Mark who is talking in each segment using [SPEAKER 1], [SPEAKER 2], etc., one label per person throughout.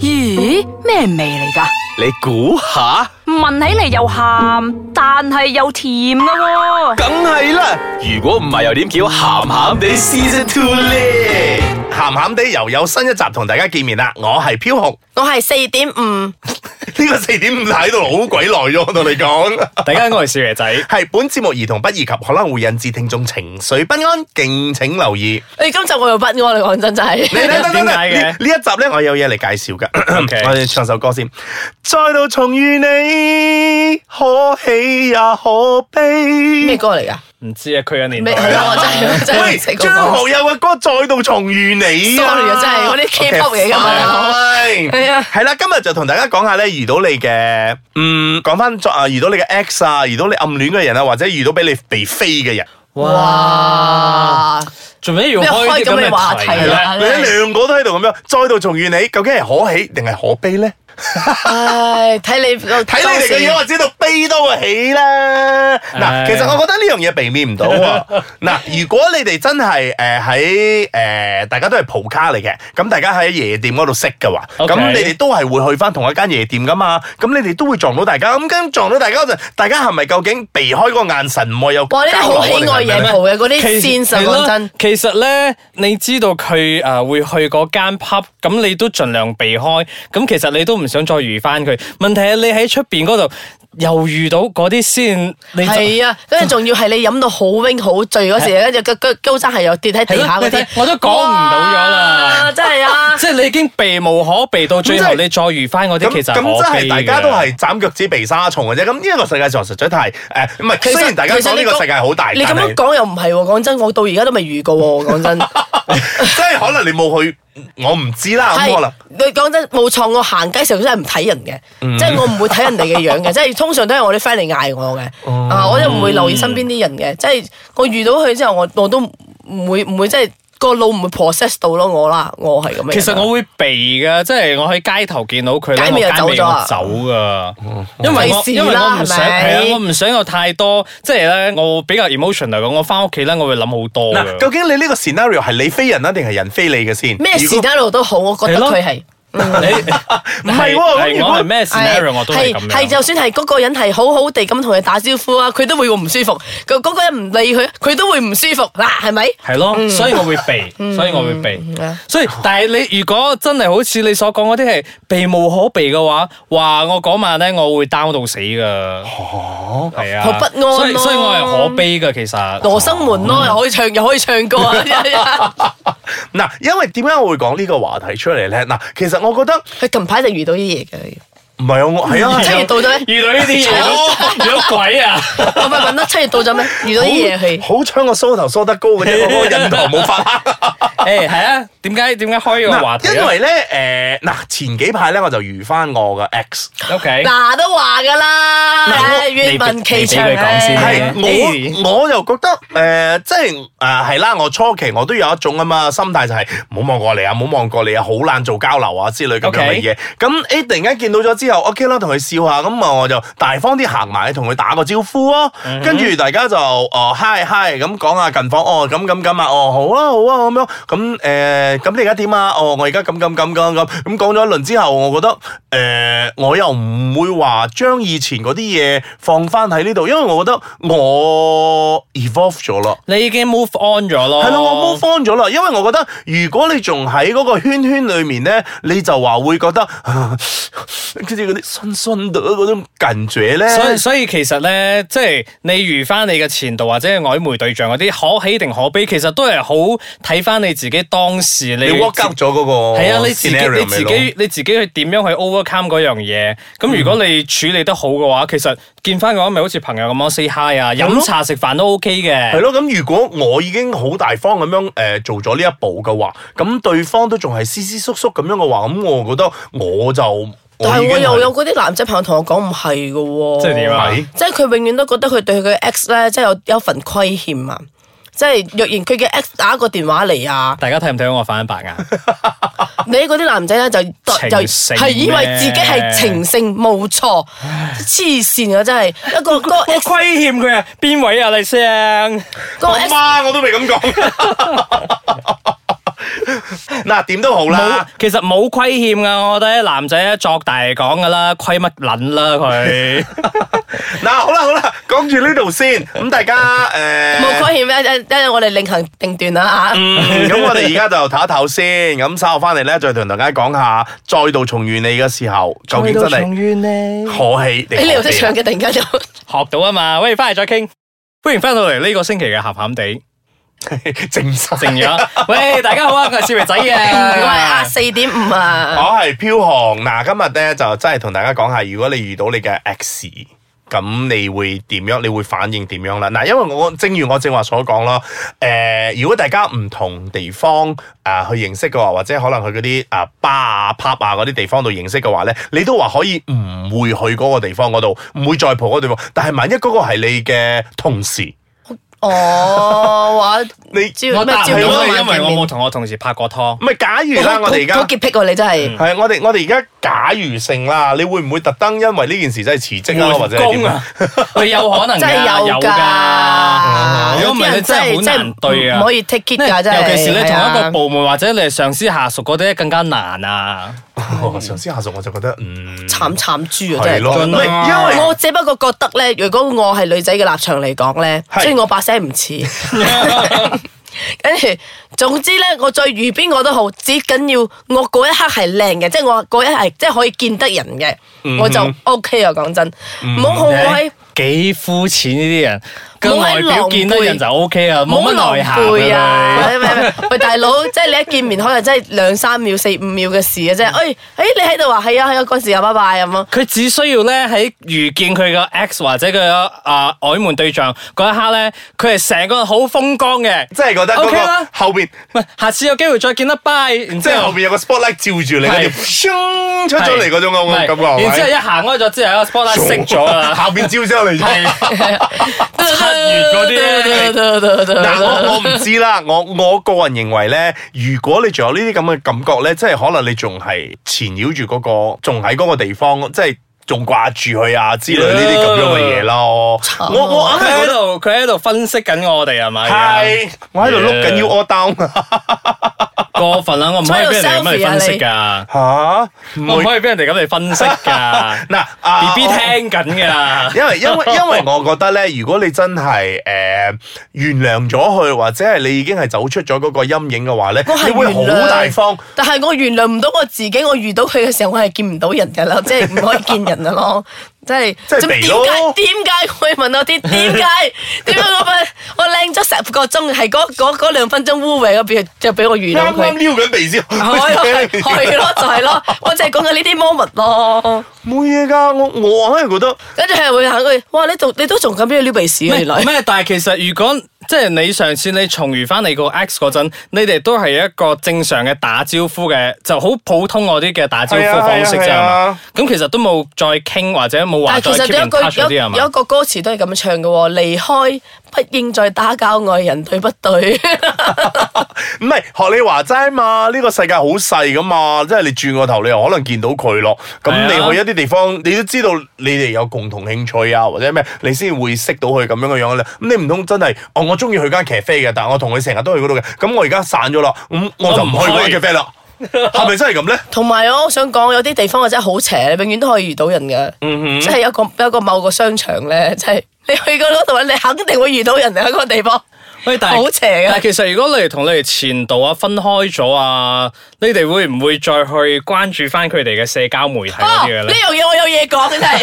[SPEAKER 1] 咦，咩味嚟噶？
[SPEAKER 2] 你估下，
[SPEAKER 1] 聞起嚟又鹹，但係又甜噶喎、
[SPEAKER 2] 梗係啦。如果唔係，又點叫鹹鹹地 Season Two 咧？
[SPEAKER 3] 咸咸地又有新一集同大家見面啦，我係飄紅，
[SPEAKER 4] 我係四點五。
[SPEAKER 3] 呢、個四點五睇到好鬼耐咗，我同你講。
[SPEAKER 5] 大家我係少爺仔，
[SPEAKER 3] 係本節目兒童不宜及可能會引致聽眾情緒不安，敬請留 意。
[SPEAKER 4] 你今集我又不安啦，講真真
[SPEAKER 3] 你
[SPEAKER 4] 係。
[SPEAKER 3] 等等等等
[SPEAKER 5] 點解嘅
[SPEAKER 3] 呢呢一集咧，我有嘢嚟介紹噶。
[SPEAKER 5] OK
[SPEAKER 3] 我哋唱首歌先。再度重遇你，可喜也可
[SPEAKER 4] 咩
[SPEAKER 3] 悲。
[SPEAKER 4] 歌嚟噶？
[SPEAKER 5] 唔知啊，佢嘅年代
[SPEAKER 4] 咩係咯？我真係我真係
[SPEAKER 3] 喂，
[SPEAKER 4] 唔識講
[SPEAKER 3] 張學友嘅歌《再度重遇你》啊
[SPEAKER 4] Sorry 啊真係我啲 K-pop 嚟㗎嘛
[SPEAKER 3] OK，fine
[SPEAKER 4] 係啊
[SPEAKER 3] 係啦，今日就同大家講下咧，遇到你嘅，嗯，講翻作啊，遇到你嘅 ex 啊，遇到你暗戀嘅人啊，或者遇到俾你被飛嘅人，
[SPEAKER 5] 哇！
[SPEAKER 4] 哇！
[SPEAKER 5] 做咩要開啲咁嘅話題
[SPEAKER 4] 咩開咁嘅話題
[SPEAKER 5] 咧
[SPEAKER 4] 啊？
[SPEAKER 3] 你兩個都喺度咁樣，再度重遇你，究竟係可喜定係可悲咧？
[SPEAKER 4] 唉，睇你
[SPEAKER 3] 睇你哋嘅樣，我知道悲多過喜啦。嗱，
[SPEAKER 5] 唉
[SPEAKER 3] 其實我覺得呢樣嘢避免唔到 喎。嗱，如果你哋真係誒喺誒大家都係蒲卡嚟嘅，咁大家喺夜店嗰度識嘅話，
[SPEAKER 5] OK
[SPEAKER 3] 咁你哋都係會去翻同一間夜店噶嘛。咁你哋都會撞到大家，咁跟撞到大家嗰陣，大家係咪究竟避開嗰個眼神唔會有
[SPEAKER 4] 哇！呢啲
[SPEAKER 3] 交流
[SPEAKER 4] 好
[SPEAKER 3] 啊
[SPEAKER 4] 喜愛
[SPEAKER 3] 定係咩
[SPEAKER 4] 夜蒲嘅嗰啲
[SPEAKER 5] 其
[SPEAKER 4] sense，
[SPEAKER 5] 係咯
[SPEAKER 4] 講真。
[SPEAKER 5] 其實咧，你知道佢誒會去嗰間 pub，咁你都盡量避開。咁其實你都唔想再遇翻佢。問題係你喺出邊嗰度又遇到嗰啲先，你就
[SPEAKER 4] 係啊，跟住仲要係你飲到好 wing 好醉嗰時，跟住個個高踭係又跌喺地下嗰
[SPEAKER 5] 嗯係咯你
[SPEAKER 4] 啲
[SPEAKER 5] 睇，我都講唔到咗啦
[SPEAKER 4] 哇！真係啊，
[SPEAKER 5] 即係你已經避無可避，到最後
[SPEAKER 3] 咁即係
[SPEAKER 5] 你再遇翻嗰啲，
[SPEAKER 3] 咁
[SPEAKER 5] 其實
[SPEAKER 3] 咁真係
[SPEAKER 5] 係
[SPEAKER 3] 大家都係斬腳趾避沙蟲嘅啫。咁呢一個世界上實在太呃誒，唔係
[SPEAKER 4] 其 實
[SPEAKER 3] 雖然大家
[SPEAKER 4] 其實
[SPEAKER 3] 講呢
[SPEAKER 4] 你
[SPEAKER 3] 個世界好大，
[SPEAKER 4] 你咁
[SPEAKER 3] 但係
[SPEAKER 4] 樣講又唔係喎，講真，我到而家都未遇過喎，講真。
[SPEAKER 3] 即係可能你冇去，我唔知啦。咁可能
[SPEAKER 4] 係，你講真冇錯，我行街時候真係唔睇人
[SPEAKER 5] 嗯
[SPEAKER 4] 嘅，即係我唔會睇人哋嘅樣嘅，即 係通常都係我啲 friend 嚟嗌我
[SPEAKER 5] 哦
[SPEAKER 4] 嘅，啊，我又唔會留意身邊啲人嘅，即係我遇到佢之後，我我都唔會唔會即係個腦唔會 process 到咯，我啦，我係咁樣。
[SPEAKER 5] 其實我會避噶，即係我喺街頭見到佢咧，
[SPEAKER 4] 街
[SPEAKER 5] 我
[SPEAKER 4] 尾就
[SPEAKER 5] 街
[SPEAKER 4] 走
[SPEAKER 5] 尾
[SPEAKER 4] 咗
[SPEAKER 5] 我
[SPEAKER 4] 啊
[SPEAKER 5] 走噶，因為我
[SPEAKER 4] 費事
[SPEAKER 5] 因為我
[SPEAKER 4] 啦
[SPEAKER 5] 唔想
[SPEAKER 4] 係咪
[SPEAKER 5] 係啊，我唔想有太多，即係咧我比較 emotion 嚟講，我翻屋企咧我會諗好多
[SPEAKER 3] 嗱，
[SPEAKER 5] 噶
[SPEAKER 3] 究。竟你呢個 scenario 係你飛人啊，定係人飛你嘅先？
[SPEAKER 4] 咩
[SPEAKER 3] 如
[SPEAKER 4] 事
[SPEAKER 3] 果
[SPEAKER 4] 一路都好，我覺得
[SPEAKER 5] 係咯
[SPEAKER 4] 佢係。
[SPEAKER 5] 嗯你
[SPEAKER 3] 唔係喎咁如
[SPEAKER 5] 係
[SPEAKER 3] 果
[SPEAKER 5] 我係咩 scenario 我都係咁
[SPEAKER 4] 係
[SPEAKER 5] 樣。
[SPEAKER 4] 就算係嗰個人係好好地咁同佢打招呼啊，佢都會唔舒服。嗰、嗰個人唔理佢，佢都會唔舒服。嗱，係咪？
[SPEAKER 5] 係咯，所以我會避，所以我會避
[SPEAKER 4] 嗯，
[SPEAKER 5] 所以但係你如果真係好似你所講嗰啲係避無可避嘅話，哇！我嗰晚咧我會 down 到死噶，
[SPEAKER 3] 哦
[SPEAKER 5] 係啊，
[SPEAKER 4] 好不安咯
[SPEAKER 5] 所以所以我係可悲噶，其實。
[SPEAKER 4] 羅生門咯，
[SPEAKER 5] 嗯
[SPEAKER 4] 又可以唱，又可以唱歌啊！
[SPEAKER 3] 嗱，因為點解我會講呢個話題出嚟咧？嗱，其實我覺得
[SPEAKER 4] 佢近排就遇到啲嘢嘅，
[SPEAKER 3] 唔係啊，
[SPEAKER 4] 嗯
[SPEAKER 3] 我係啊，
[SPEAKER 4] 七月到咗 咩？
[SPEAKER 5] 遇到呢啲嘢都遇到鬼啊！
[SPEAKER 4] 我咪問得七月到咗咩？遇到啲嘢佢。
[SPEAKER 3] 好彩我梳頭梳得高嘅啫，我嗰個印堂冇發 黑。
[SPEAKER 5] 誒係啊，點解點解開呢個話題
[SPEAKER 3] 嗱，
[SPEAKER 5] 啊
[SPEAKER 3] 因為咧，誒，嗱，前幾排咧我就遇翻我嘅 ex，
[SPEAKER 5] OK
[SPEAKER 4] 嗱都話㗎啦，唉願聞其詳。
[SPEAKER 5] 你俾佢講先
[SPEAKER 4] 唉
[SPEAKER 3] 係
[SPEAKER 5] 哎
[SPEAKER 3] 我我又覺得誒、呃即係誒係啦，我初期我都有一種咁嘅心態就係唔好望過嚟啊，唔好望過嚟啊，好難做交流啊之類咁樣嘅
[SPEAKER 5] OK
[SPEAKER 3] 嘢。咁誒、突然間見到咗之後，OK 啦，同佢笑下，咁啊我就大方啲行埋去同佢打個招呼咯。跟住、大家就哦 hi hi 咁講下近況，哦咁咁咁啊，哦好啊好啊咁樣，咁誒咁你而家點啊？哦我而家咁咁咁咁咁，咁講咗一輪之後，我覺得誒、呃我又唔會話將以前嗰啲嘢放翻喺呢度，因為我覺得我 evolve 咗咯。
[SPEAKER 5] 你已經 move on 咗咯，
[SPEAKER 3] 係咯，我 move on 咗啦，因為我覺得如果你仲喺嗰個圈圈裏面咧，你就話會覺得， 跟住嗰啲酸酸的嗰種感覺咧，
[SPEAKER 5] 所以所以其實咧，即係你遇翻你嘅前度或者係曖昧對象嗰啲，可喜定可悲，其實都係好睇翻你自己當時你
[SPEAKER 3] 你 work out 咗嗰個
[SPEAKER 5] 係啊，你自己
[SPEAKER 3] scenario
[SPEAKER 5] 你自
[SPEAKER 3] 咪咯
[SPEAKER 5] 己你自己去點樣去 overcome 嗰樣嘢？咁如果你處理得好嘅話，其實見翻嘅話，咪好似朋友咁樣 say hi 啊，
[SPEAKER 3] 咯
[SPEAKER 5] 飲茶食飯都 OK 嘅。
[SPEAKER 3] 係咯，咁如果我已經好大方咁樣誒、呃做咗呢一步嘅話，咁對方都仲係斯斯縮縮咁樣嘅話，咁我覺得我就
[SPEAKER 4] 但
[SPEAKER 3] 已
[SPEAKER 4] 係
[SPEAKER 3] 經
[SPEAKER 4] 我又
[SPEAKER 3] 係
[SPEAKER 4] 有嗰啲男仔朋友同我講唔係嘅喎，
[SPEAKER 5] 即係點啊
[SPEAKER 3] 係
[SPEAKER 4] 即係佢永遠都覺得佢對佢嘅 ex 咧，即係有有一份虧欠啊！即係若然佢嘅 ex 打個電話嚟 啊，
[SPEAKER 5] 大家睇唔睇到我反白眼？
[SPEAKER 4] 你嗰啲男仔咧就
[SPEAKER 5] 情
[SPEAKER 4] 就
[SPEAKER 5] 聖
[SPEAKER 4] 係以為
[SPEAKER 5] 咩
[SPEAKER 4] 自己係情聖冇錯，黐線啊！真係一個嗰個 ex
[SPEAKER 5] 虧欠佢啊！邊位啊，麗聲？
[SPEAKER 4] 嗰個 ex
[SPEAKER 3] 媽我都未咁講。 嗱，點都好
[SPEAKER 5] 冇
[SPEAKER 3] 啦，，
[SPEAKER 5] 其實冇虧欠噶，我覺得男仔咧作大嚟講噶啦，虧乜撚啦佢。
[SPEAKER 3] 嗱，好啦好啦，講住呢度先，咁大家诶。
[SPEAKER 4] 冇虧欠，一一一陣我哋另行定啊斷啦嚇。
[SPEAKER 3] 嗯咁我哋而家就唞一唞先，咁稍後翻嚟咧，再同大家講下再度重遇你嘅時候，究竟真係
[SPEAKER 5] 冤呢？
[SPEAKER 3] 可喜定
[SPEAKER 4] 你
[SPEAKER 3] 可
[SPEAKER 4] 又識
[SPEAKER 3] 悲
[SPEAKER 4] 唱
[SPEAKER 3] 啊
[SPEAKER 4] 嘅，突然間就
[SPEAKER 5] 學到啊嘛，喂，翻嚟再傾。歡迎翻到嚟呢個星期嘅鹹鹹地，
[SPEAKER 3] 正晒。
[SPEAKER 5] 靜 咗。喂，大家好啊，我係少爺仔
[SPEAKER 4] 我係
[SPEAKER 5] 啊
[SPEAKER 4] 啊。四點五啊。
[SPEAKER 3] 我係飄航嗱，今日咧就真係同大家講下，如果你遇到你嘅 X，咁你會點樣？你會反應點樣啦？嗱，因為我正如我正話所講咯，誒、如果大家唔同地方啊、去認識嘅話，或者可能去嗰啲啊巴啊 pub 啊嗰啲地方度認識嘅話咧，你都話可以唔會去嗰個地方嗰度，唔會再蒲嗰個地方。但係萬一嗰個係你嘅同事，
[SPEAKER 4] 哦，話
[SPEAKER 3] 你
[SPEAKER 4] 朝
[SPEAKER 5] 我
[SPEAKER 4] 咩
[SPEAKER 5] 答
[SPEAKER 4] 朝
[SPEAKER 5] 佢
[SPEAKER 4] 早
[SPEAKER 5] 咯，
[SPEAKER 4] 晚
[SPEAKER 5] 因為
[SPEAKER 4] 見
[SPEAKER 5] 我冇
[SPEAKER 4] 面。
[SPEAKER 5] 同我同事拍過拖。
[SPEAKER 3] 唔係假如啦，我哋而家
[SPEAKER 4] 好潔癖喎，你真
[SPEAKER 5] 嗯
[SPEAKER 4] 係。
[SPEAKER 3] 係我哋我哋而家假如性啦，你會唔會特登因為呢件事真係辭職啊，或者係
[SPEAKER 5] 工
[SPEAKER 3] 點啊
[SPEAKER 5] 啊？，你有可能㗎
[SPEAKER 4] 真係有
[SPEAKER 5] 啊有
[SPEAKER 4] 㗎
[SPEAKER 5] 㗎，如果唔係你真係好難對啊。
[SPEAKER 4] 唔可以 take it 㗎，真係。
[SPEAKER 5] 哦尤其是你同一
[SPEAKER 4] 係啊
[SPEAKER 5] 個部門或者你係上司下屬嗰啲更加難啊。
[SPEAKER 3] 哦上司下屬我就覺得 嗯
[SPEAKER 4] 慘慘豬啊，真
[SPEAKER 3] 係
[SPEAKER 4] 係。
[SPEAKER 3] 咯，唔
[SPEAKER 5] 真係
[SPEAKER 3] 係因為
[SPEAKER 4] 我只不過覺得咧，如果我係女仔嘅立場嚟講咧，
[SPEAKER 3] 係
[SPEAKER 4] 雖然我把聲唔似，跟住總之咧，我再遇邊個都好，只緊要我嗰一刻係靚嘅，即係我嗰一刻係即係可以見得人嘅，
[SPEAKER 5] 嗯
[SPEAKER 4] 我就 O K 啊！講真，唔好好我喺。
[SPEAKER 5] 幾膚淺呢啲人，個
[SPEAKER 4] 冇喺
[SPEAKER 5] 外表
[SPEAKER 4] 狼狽
[SPEAKER 5] 見得人就 O K 啊，冇乜內涵
[SPEAKER 4] 冇狼狽啊！
[SPEAKER 5] 啊
[SPEAKER 4] 喂喂喂喂，大佬，即係你一見面可能真係兩三秒、四五秒嘅事嘅啫。哎哎，你喺度啊？係啊係啊，嗰時啊，拜拜咁咯。
[SPEAKER 5] 佢佢只需要咧喺遇見佢個 ex 或者佢個啊曖昧對象嗰一刻咧，佢係成個人好風光嘅。
[SPEAKER 3] 真係覺得嗰
[SPEAKER 5] OK 啦
[SPEAKER 3] 個後邊
[SPEAKER 5] 喂，下次有機會再見啦，拜。然
[SPEAKER 3] 即
[SPEAKER 5] 之
[SPEAKER 3] 係後
[SPEAKER 5] 後
[SPEAKER 3] 邊有個 spotlight 照住你，跟住
[SPEAKER 5] 係
[SPEAKER 3] 咻出咗嚟嗰種咁嘅感覺係咪，
[SPEAKER 5] 然之後一行開咗之後，個 spotlight 熄 咗啦。
[SPEAKER 3] 下邊照咗嚟咗。
[SPEAKER 5] 係七月嗰啲。
[SPEAKER 3] 嗱，我我唔知啦，我我個人認為咧，如果你仲有呢啲咁嘅感覺咧，即係可能你仲係纏繞住嗰、個，仲喺嗰個地方，即係仲掛住佢啊之類呢啲咁樣嘅嘢咯。
[SPEAKER 5] 啊
[SPEAKER 3] 我我硬
[SPEAKER 5] 佢
[SPEAKER 3] 係
[SPEAKER 5] 喺
[SPEAKER 3] 覺得
[SPEAKER 5] 度，佢喺度分析緊我哋係咪？
[SPEAKER 3] 係，我喺度碌緊
[SPEAKER 5] Yeah
[SPEAKER 3] 要 all down 啊
[SPEAKER 5] 過分啦，我唔可以俾人哋咁嚟分析㗎，
[SPEAKER 3] 啊嚇，唔
[SPEAKER 5] 我唔
[SPEAKER 3] 會
[SPEAKER 5] 可以俾人哋咁嚟分析㗎。
[SPEAKER 3] 嗱啊
[SPEAKER 5] B B
[SPEAKER 3] 我
[SPEAKER 5] 聽緊 㗎。
[SPEAKER 3] 因為因 為因為我覺得咧，如果你真係誒、呃原諒咗佢，或者係你已經係走出咗嗰個陰影嘅話咧，
[SPEAKER 4] 我係
[SPEAKER 3] 你會好
[SPEAKER 4] 原諒
[SPEAKER 3] 大方。
[SPEAKER 4] 但係我原諒唔到我自己，我遇到佢嘅時候，我係見唔到人噶啦，即 係唔可以見人噶咯，即係
[SPEAKER 3] 即係
[SPEAKER 4] 咁
[SPEAKER 3] 肥
[SPEAKER 4] 點
[SPEAKER 3] 咯
[SPEAKER 4] 解點解會問 我啲點解點解我咪我靚咗成個鐘，係嗰嗰嗰兩分鐘污衊嗰邊就俾我遇到
[SPEAKER 3] 啱啱
[SPEAKER 4] 佢。
[SPEAKER 3] 撩緊鼻 先，
[SPEAKER 4] 係咯， 係咯，就係咯，我就係講緊呢啲 moment 咯。
[SPEAKER 3] 冇嘢㗎，我我硬係覺得
[SPEAKER 4] 跟住係會行過去，哇！你仲你都仲咁俾佢撩鼻屎啊！原來
[SPEAKER 5] 咩？但係其實如果即係你上次你重遇翻你個 ex 嗰陣，你哋都係一個正常嘅打招呼嘅，就好普通嗰啲嘅打招呼
[SPEAKER 3] 係啊
[SPEAKER 5] 方式啫
[SPEAKER 3] 係
[SPEAKER 5] 嘛
[SPEAKER 3] 啊。
[SPEAKER 5] 咁其實都冇再傾或者冇話
[SPEAKER 4] 但
[SPEAKER 5] 再
[SPEAKER 4] 係其實
[SPEAKER 5] keep
[SPEAKER 4] 有
[SPEAKER 5] in
[SPEAKER 4] 一個
[SPEAKER 5] touch 嗰
[SPEAKER 4] 有
[SPEAKER 5] 啲係啊
[SPEAKER 4] 有一
[SPEAKER 5] 嘛？
[SPEAKER 4] 個歌詞都係咁樣唱嘅喎，離開不應再打攪愛人，對不對？
[SPEAKER 3] 唔係學你話齋嘛，呢、個世界好細㗎嘛，即係你轉個頭你又可能見到佢咯。咁
[SPEAKER 5] 係啊
[SPEAKER 3] 你去一啲地方，你都知道你哋有共同興趣啊，或者咩，你先會識到佢咁樣嘅樣咧。咁你唔通真係哦？我中意去間咖啡嘅，但係我同佢成日都去嗰度嘅。咁我而家散咗啦，咁我就
[SPEAKER 5] 哦
[SPEAKER 3] 唔去嗰間咖啡 啦。係咪真係咁咧？
[SPEAKER 4] 同埋我想講，有啲地方我真係好邪，你永遠都可以遇到人嘅。即係有個有個某個商場咧，即係 你去過嗰度咧，你肯定會遇到人啊喺嗰個地方。
[SPEAKER 5] 喂，但係
[SPEAKER 4] 好邪㗎
[SPEAKER 5] 但係其實如果你哋同你哋前度啊分開咗啊，你哋會唔會再去關注翻佢哋嘅社交媒體嗰
[SPEAKER 4] 哦，
[SPEAKER 5] 啲嘅
[SPEAKER 4] 呢
[SPEAKER 5] 咧？
[SPEAKER 4] 樣嘢我有嘢講真係。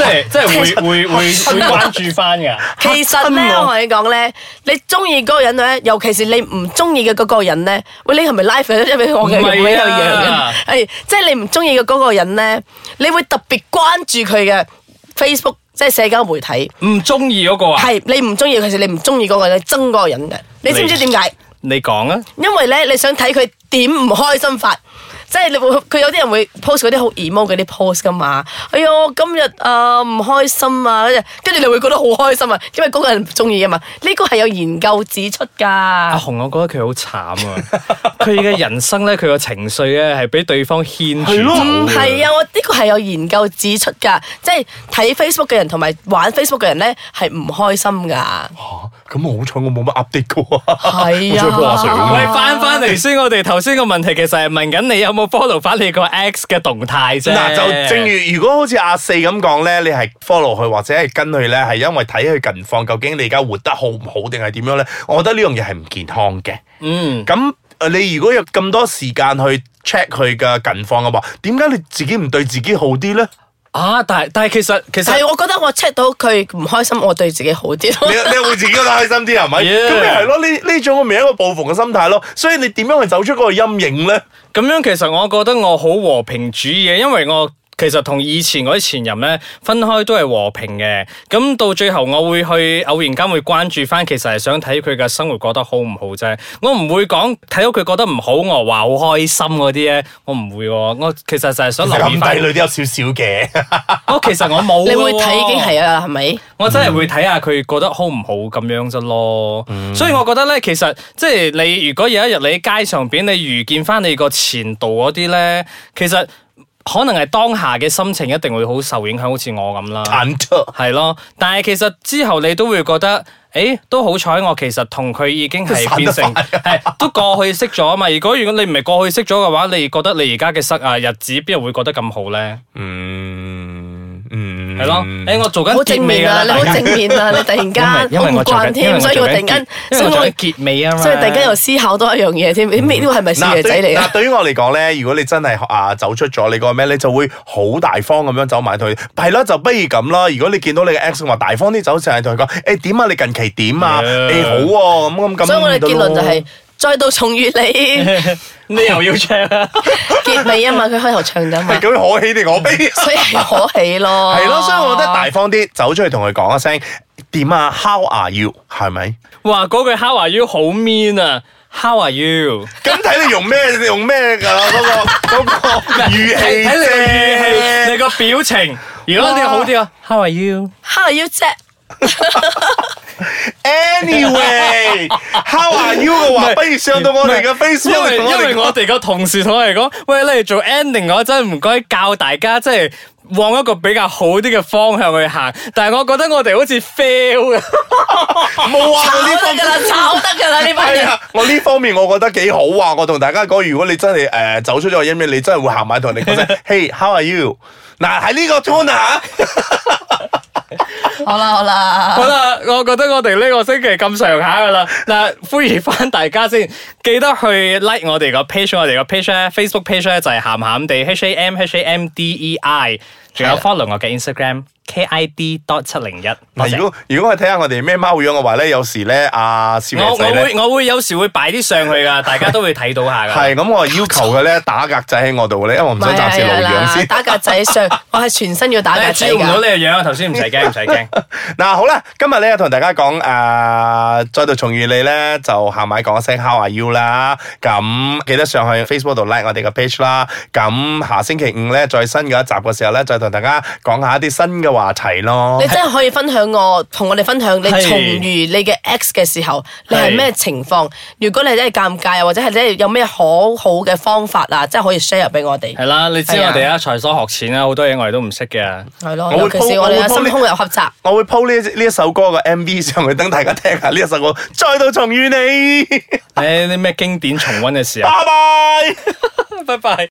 [SPEAKER 5] 係即係會會會會關注翻㗎。
[SPEAKER 4] 其實咧，我同你講咧，你中意嗰個人咧，尤其是你唔中意嘅嗰個人咧，喂，你係咪 live 咗一俾我嘅
[SPEAKER 5] 唔係啊
[SPEAKER 4] 用呢樣嘢嘅？係，即係你唔中意嘅嗰個人咧，你會特別關注佢嘅 Facebook，即係社交媒體。
[SPEAKER 5] 唔中意嗰個啊？
[SPEAKER 4] 係你唔中意，其實你唔中意嗰個人，你憎嗰個人嘅。你知唔知點解？
[SPEAKER 5] 你講啊？
[SPEAKER 4] 因為咧，你想睇佢點唔開心法，即係你會佢有啲人會 post 嗰啲好 emo 嗰啲 post 噶嘛。哎呀，我今日啊唔開心啊，跟住你會覺得好開心啊，因為嗰個人唔中意啊嘛。呢個係有研究指出
[SPEAKER 5] 阿
[SPEAKER 4] 㗎。
[SPEAKER 5] 紅，我覺得佢好 慘啊！佢嘅人生咧，佢個情緒咧係俾對方牽住
[SPEAKER 3] 係咯
[SPEAKER 5] 走
[SPEAKER 4] 唔
[SPEAKER 5] 嘅
[SPEAKER 4] 係啊，我呢個係有研究指出㗎，即係睇 Facebook 嘅人同埋玩 Facebook 嘅人咧係唔開心㗎。
[SPEAKER 3] 咁好彩我冇乜 update 啊嘅喎。
[SPEAKER 4] 係
[SPEAKER 3] 好彩佢話誰好
[SPEAKER 4] 啊，
[SPEAKER 5] 喂，翻翻嚟先，我哋頭先個問題其實係問緊你有冇 follow 翻你個 X 嘅動態啫。
[SPEAKER 3] 嗱，就正如如果好似阿四咁講咧，你係 follow 佢或者係跟佢咧，係因為睇佢近況，究竟你而家活得好唔好定係點樣咧？我覺得呢樣嘢係唔健康嘅。
[SPEAKER 5] 嗯，
[SPEAKER 3] 咁呃你如果有咁多時間去 check 佢嘅近況嘅話，點解你自己唔對自己好啲 咧？
[SPEAKER 5] 啊，但係但係其實其實
[SPEAKER 4] 係我覺得我 check 到佢唔開心，我對自己好啲咯
[SPEAKER 3] 你。你會自己覺得開心啲係咪？
[SPEAKER 5] Yeah
[SPEAKER 3] 咁咪係咯，呢呢種我咪一個報復嘅心態咯。所以你點樣去走出嗰個陰影咧？
[SPEAKER 5] 咁樣其實我覺得我好和平主義嘅，因為我其實同以前嗰啲前任咧分開都係和平嘅。咁到最後我會去偶然間會關注翻，其實係想睇佢嘅生活過得好唔好啫。我唔會講睇到佢覺得唔好，我話好開心嗰啲咧，我唔會喎。我其實就係想留意
[SPEAKER 3] 咁
[SPEAKER 5] 翻
[SPEAKER 3] 低。女都有少少嘅，
[SPEAKER 5] 我其實我冇。
[SPEAKER 4] 你會睇已經係啊，係咪？
[SPEAKER 5] 我真係會睇下佢覺得好唔好咁樣啫咯。所以我覺得咧，其實即係你如果有一日你喺街上邊你遇見翻你個前度嗰啲咧，其實可能係當下嘅心情一定會好受影響，好似我咁啦。
[SPEAKER 3] 忐忑。
[SPEAKER 5] 係咯，但係其實之後你都會覺得，誒都好彩，我其實同佢已經係變成係都過去識咗啊嘛。如果如果你唔係過去識咗嘅話，你覺得你而家嘅生啊日子邊度會覺得咁好咧？
[SPEAKER 3] 嗯嗯，
[SPEAKER 5] 係咯，誒我做緊
[SPEAKER 4] 好正
[SPEAKER 5] 結尾
[SPEAKER 4] 面
[SPEAKER 5] 㗎
[SPEAKER 4] 啊！你
[SPEAKER 5] 啦
[SPEAKER 4] 好正面啊！你突然間
[SPEAKER 5] 因為因為
[SPEAKER 4] 我唔
[SPEAKER 5] 我做緊
[SPEAKER 4] 慣
[SPEAKER 5] 因
[SPEAKER 4] 添，
[SPEAKER 5] 為我
[SPEAKER 4] 所以我
[SPEAKER 5] 做
[SPEAKER 4] 突
[SPEAKER 5] 緊
[SPEAKER 4] 然間，
[SPEAKER 5] 結
[SPEAKER 4] 所以
[SPEAKER 5] 因
[SPEAKER 4] 我
[SPEAKER 5] 為我做緊結尾啊嘛
[SPEAKER 4] 所以突然間又思考多一樣嘢添。咦呢個係咪少
[SPEAKER 3] 嗱，
[SPEAKER 4] 爺仔
[SPEAKER 3] 對
[SPEAKER 4] 嚟
[SPEAKER 3] 嗱，
[SPEAKER 4] 啊？
[SPEAKER 3] 對於我嚟講咧，如果你真係啊走出咗你個咩咧，你就會好大方咁樣走埋同佢，係啦，就不如咁啦。如果你見到你嘅 ex 話大方啲走，就係同佢講，誒點啊，你近期點啊？
[SPEAKER 5] Yeah
[SPEAKER 3] 你好喎，咁咁咁。
[SPEAKER 4] 所以我哋結論就係再度重遇你
[SPEAKER 5] 你又要 check 啊？
[SPEAKER 4] 結尾啊嘛，佢開頭唱咗嘛
[SPEAKER 3] 係，咁可喜定 可悲啊？
[SPEAKER 4] 所以係可喜咯。
[SPEAKER 3] 係咯，所以我覺得大方啲，走出去同佢講一聲點啊，How are you？係咪？
[SPEAKER 5] 哇！嗰句 How are you 好 mean 啊！How are you？
[SPEAKER 3] 咁睇你用咩用咩㗎啦？嗰個嗰 個語氣
[SPEAKER 5] 睇你嘅語氣，
[SPEAKER 3] 啫
[SPEAKER 5] 你。個表情。如果你好啲啊，How à. are you？
[SPEAKER 4] How are you 啫？
[SPEAKER 3] Anyway，How are you 嘅
[SPEAKER 5] 唔
[SPEAKER 3] 話，
[SPEAKER 5] 係
[SPEAKER 3] 不如上到我哋嘅
[SPEAKER 5] 因
[SPEAKER 3] Facebook，
[SPEAKER 5] 為
[SPEAKER 3] 同
[SPEAKER 5] 因為
[SPEAKER 3] 哋
[SPEAKER 5] 我哋個同事同我哋講，喂，你哋做 ending 嗰陣唔該教大家即係往一個比較好啲嘅方向去行。但係我覺得我哋好似 fail 啊！
[SPEAKER 3] 冇啊！
[SPEAKER 4] 炒
[SPEAKER 3] 我呢
[SPEAKER 4] 得
[SPEAKER 3] 方
[SPEAKER 4] 㗎啦，炒得㗎啦呢班
[SPEAKER 3] 係
[SPEAKER 4] 人。
[SPEAKER 3] 啊，我呢方面我覺得幾好啊！我同大家講，如果你真係誒走出咗個陰影，你真係會行埋同人 哋講聲，Hey，How are you？嗱喺呢個 tone 啊，
[SPEAKER 4] 好啦好啦
[SPEAKER 5] 好。啦，我覺得我哋呢個星期咁上下噶啦。嗱，呼籲翻大家先，記得去 like 我哋個 page，我哋個 page 咧，Facebook page 咧就係鹹鹹地 H A M H A M D E I，仲有
[SPEAKER 4] 係啦
[SPEAKER 5] follow 我嘅 Instagram K I D dot 七零一。多
[SPEAKER 3] 嗱，
[SPEAKER 5] 謝
[SPEAKER 3] 如果如果我睇下我哋咩貓樣嘅話咧，有時咧阿小
[SPEAKER 5] 我
[SPEAKER 3] 明
[SPEAKER 5] 我
[SPEAKER 3] 仔咧
[SPEAKER 5] 會。我會有時會擺啲上去 噶，大家都會睇到下噶。
[SPEAKER 3] 係咁，我要求佢咧打格仔喺我度咧，因為我唔想暫時露樣先。
[SPEAKER 4] 打格仔上，我係全身要打格
[SPEAKER 5] 誒，
[SPEAKER 4] 仔
[SPEAKER 5] 照唔到
[SPEAKER 4] 㗎
[SPEAKER 5] 你。嘅樣啊，頭先唔使驚，唔使驚。
[SPEAKER 3] 嗱，好啦，今日咧同大家講誒、呃再度重遇你咧，就下晚講一聲 How are you 啦。咁記得上去 Facebook 度 like 我哋嘅 page 啦。咁下星期五咧，再新嘅一集嘅時候咧，再同大家講下一啲新嘅話題咯
[SPEAKER 4] 你。真係可以分享我，同我哋分享你
[SPEAKER 5] 係
[SPEAKER 4] 重遇你嘅 ex 嘅時候，你係咩情況？如果你真係尷尬啊，或者係真係有咩好好嘅方法啊，真係可以 share 俾我哋。
[SPEAKER 5] 係啦，你知我哋啊，財疏學淺啦，好多嘢我哋都唔識 嘅。
[SPEAKER 4] 係咯，
[SPEAKER 3] 我會
[SPEAKER 4] 尤其是
[SPEAKER 3] po-
[SPEAKER 4] 我哋
[SPEAKER 3] 我會
[SPEAKER 4] 嘅
[SPEAKER 3] po
[SPEAKER 4] 心
[SPEAKER 3] 呢
[SPEAKER 4] 胸又狹窄。
[SPEAKER 3] 我會 po 呢呢一首歌嘅 MV 上去，等大家聽下呢一首歌。再度重遇你，
[SPEAKER 5] 誒，啲咩經典重溫嘅時候，啊
[SPEAKER 3] 拜拜。
[SPEAKER 5] 拜拜。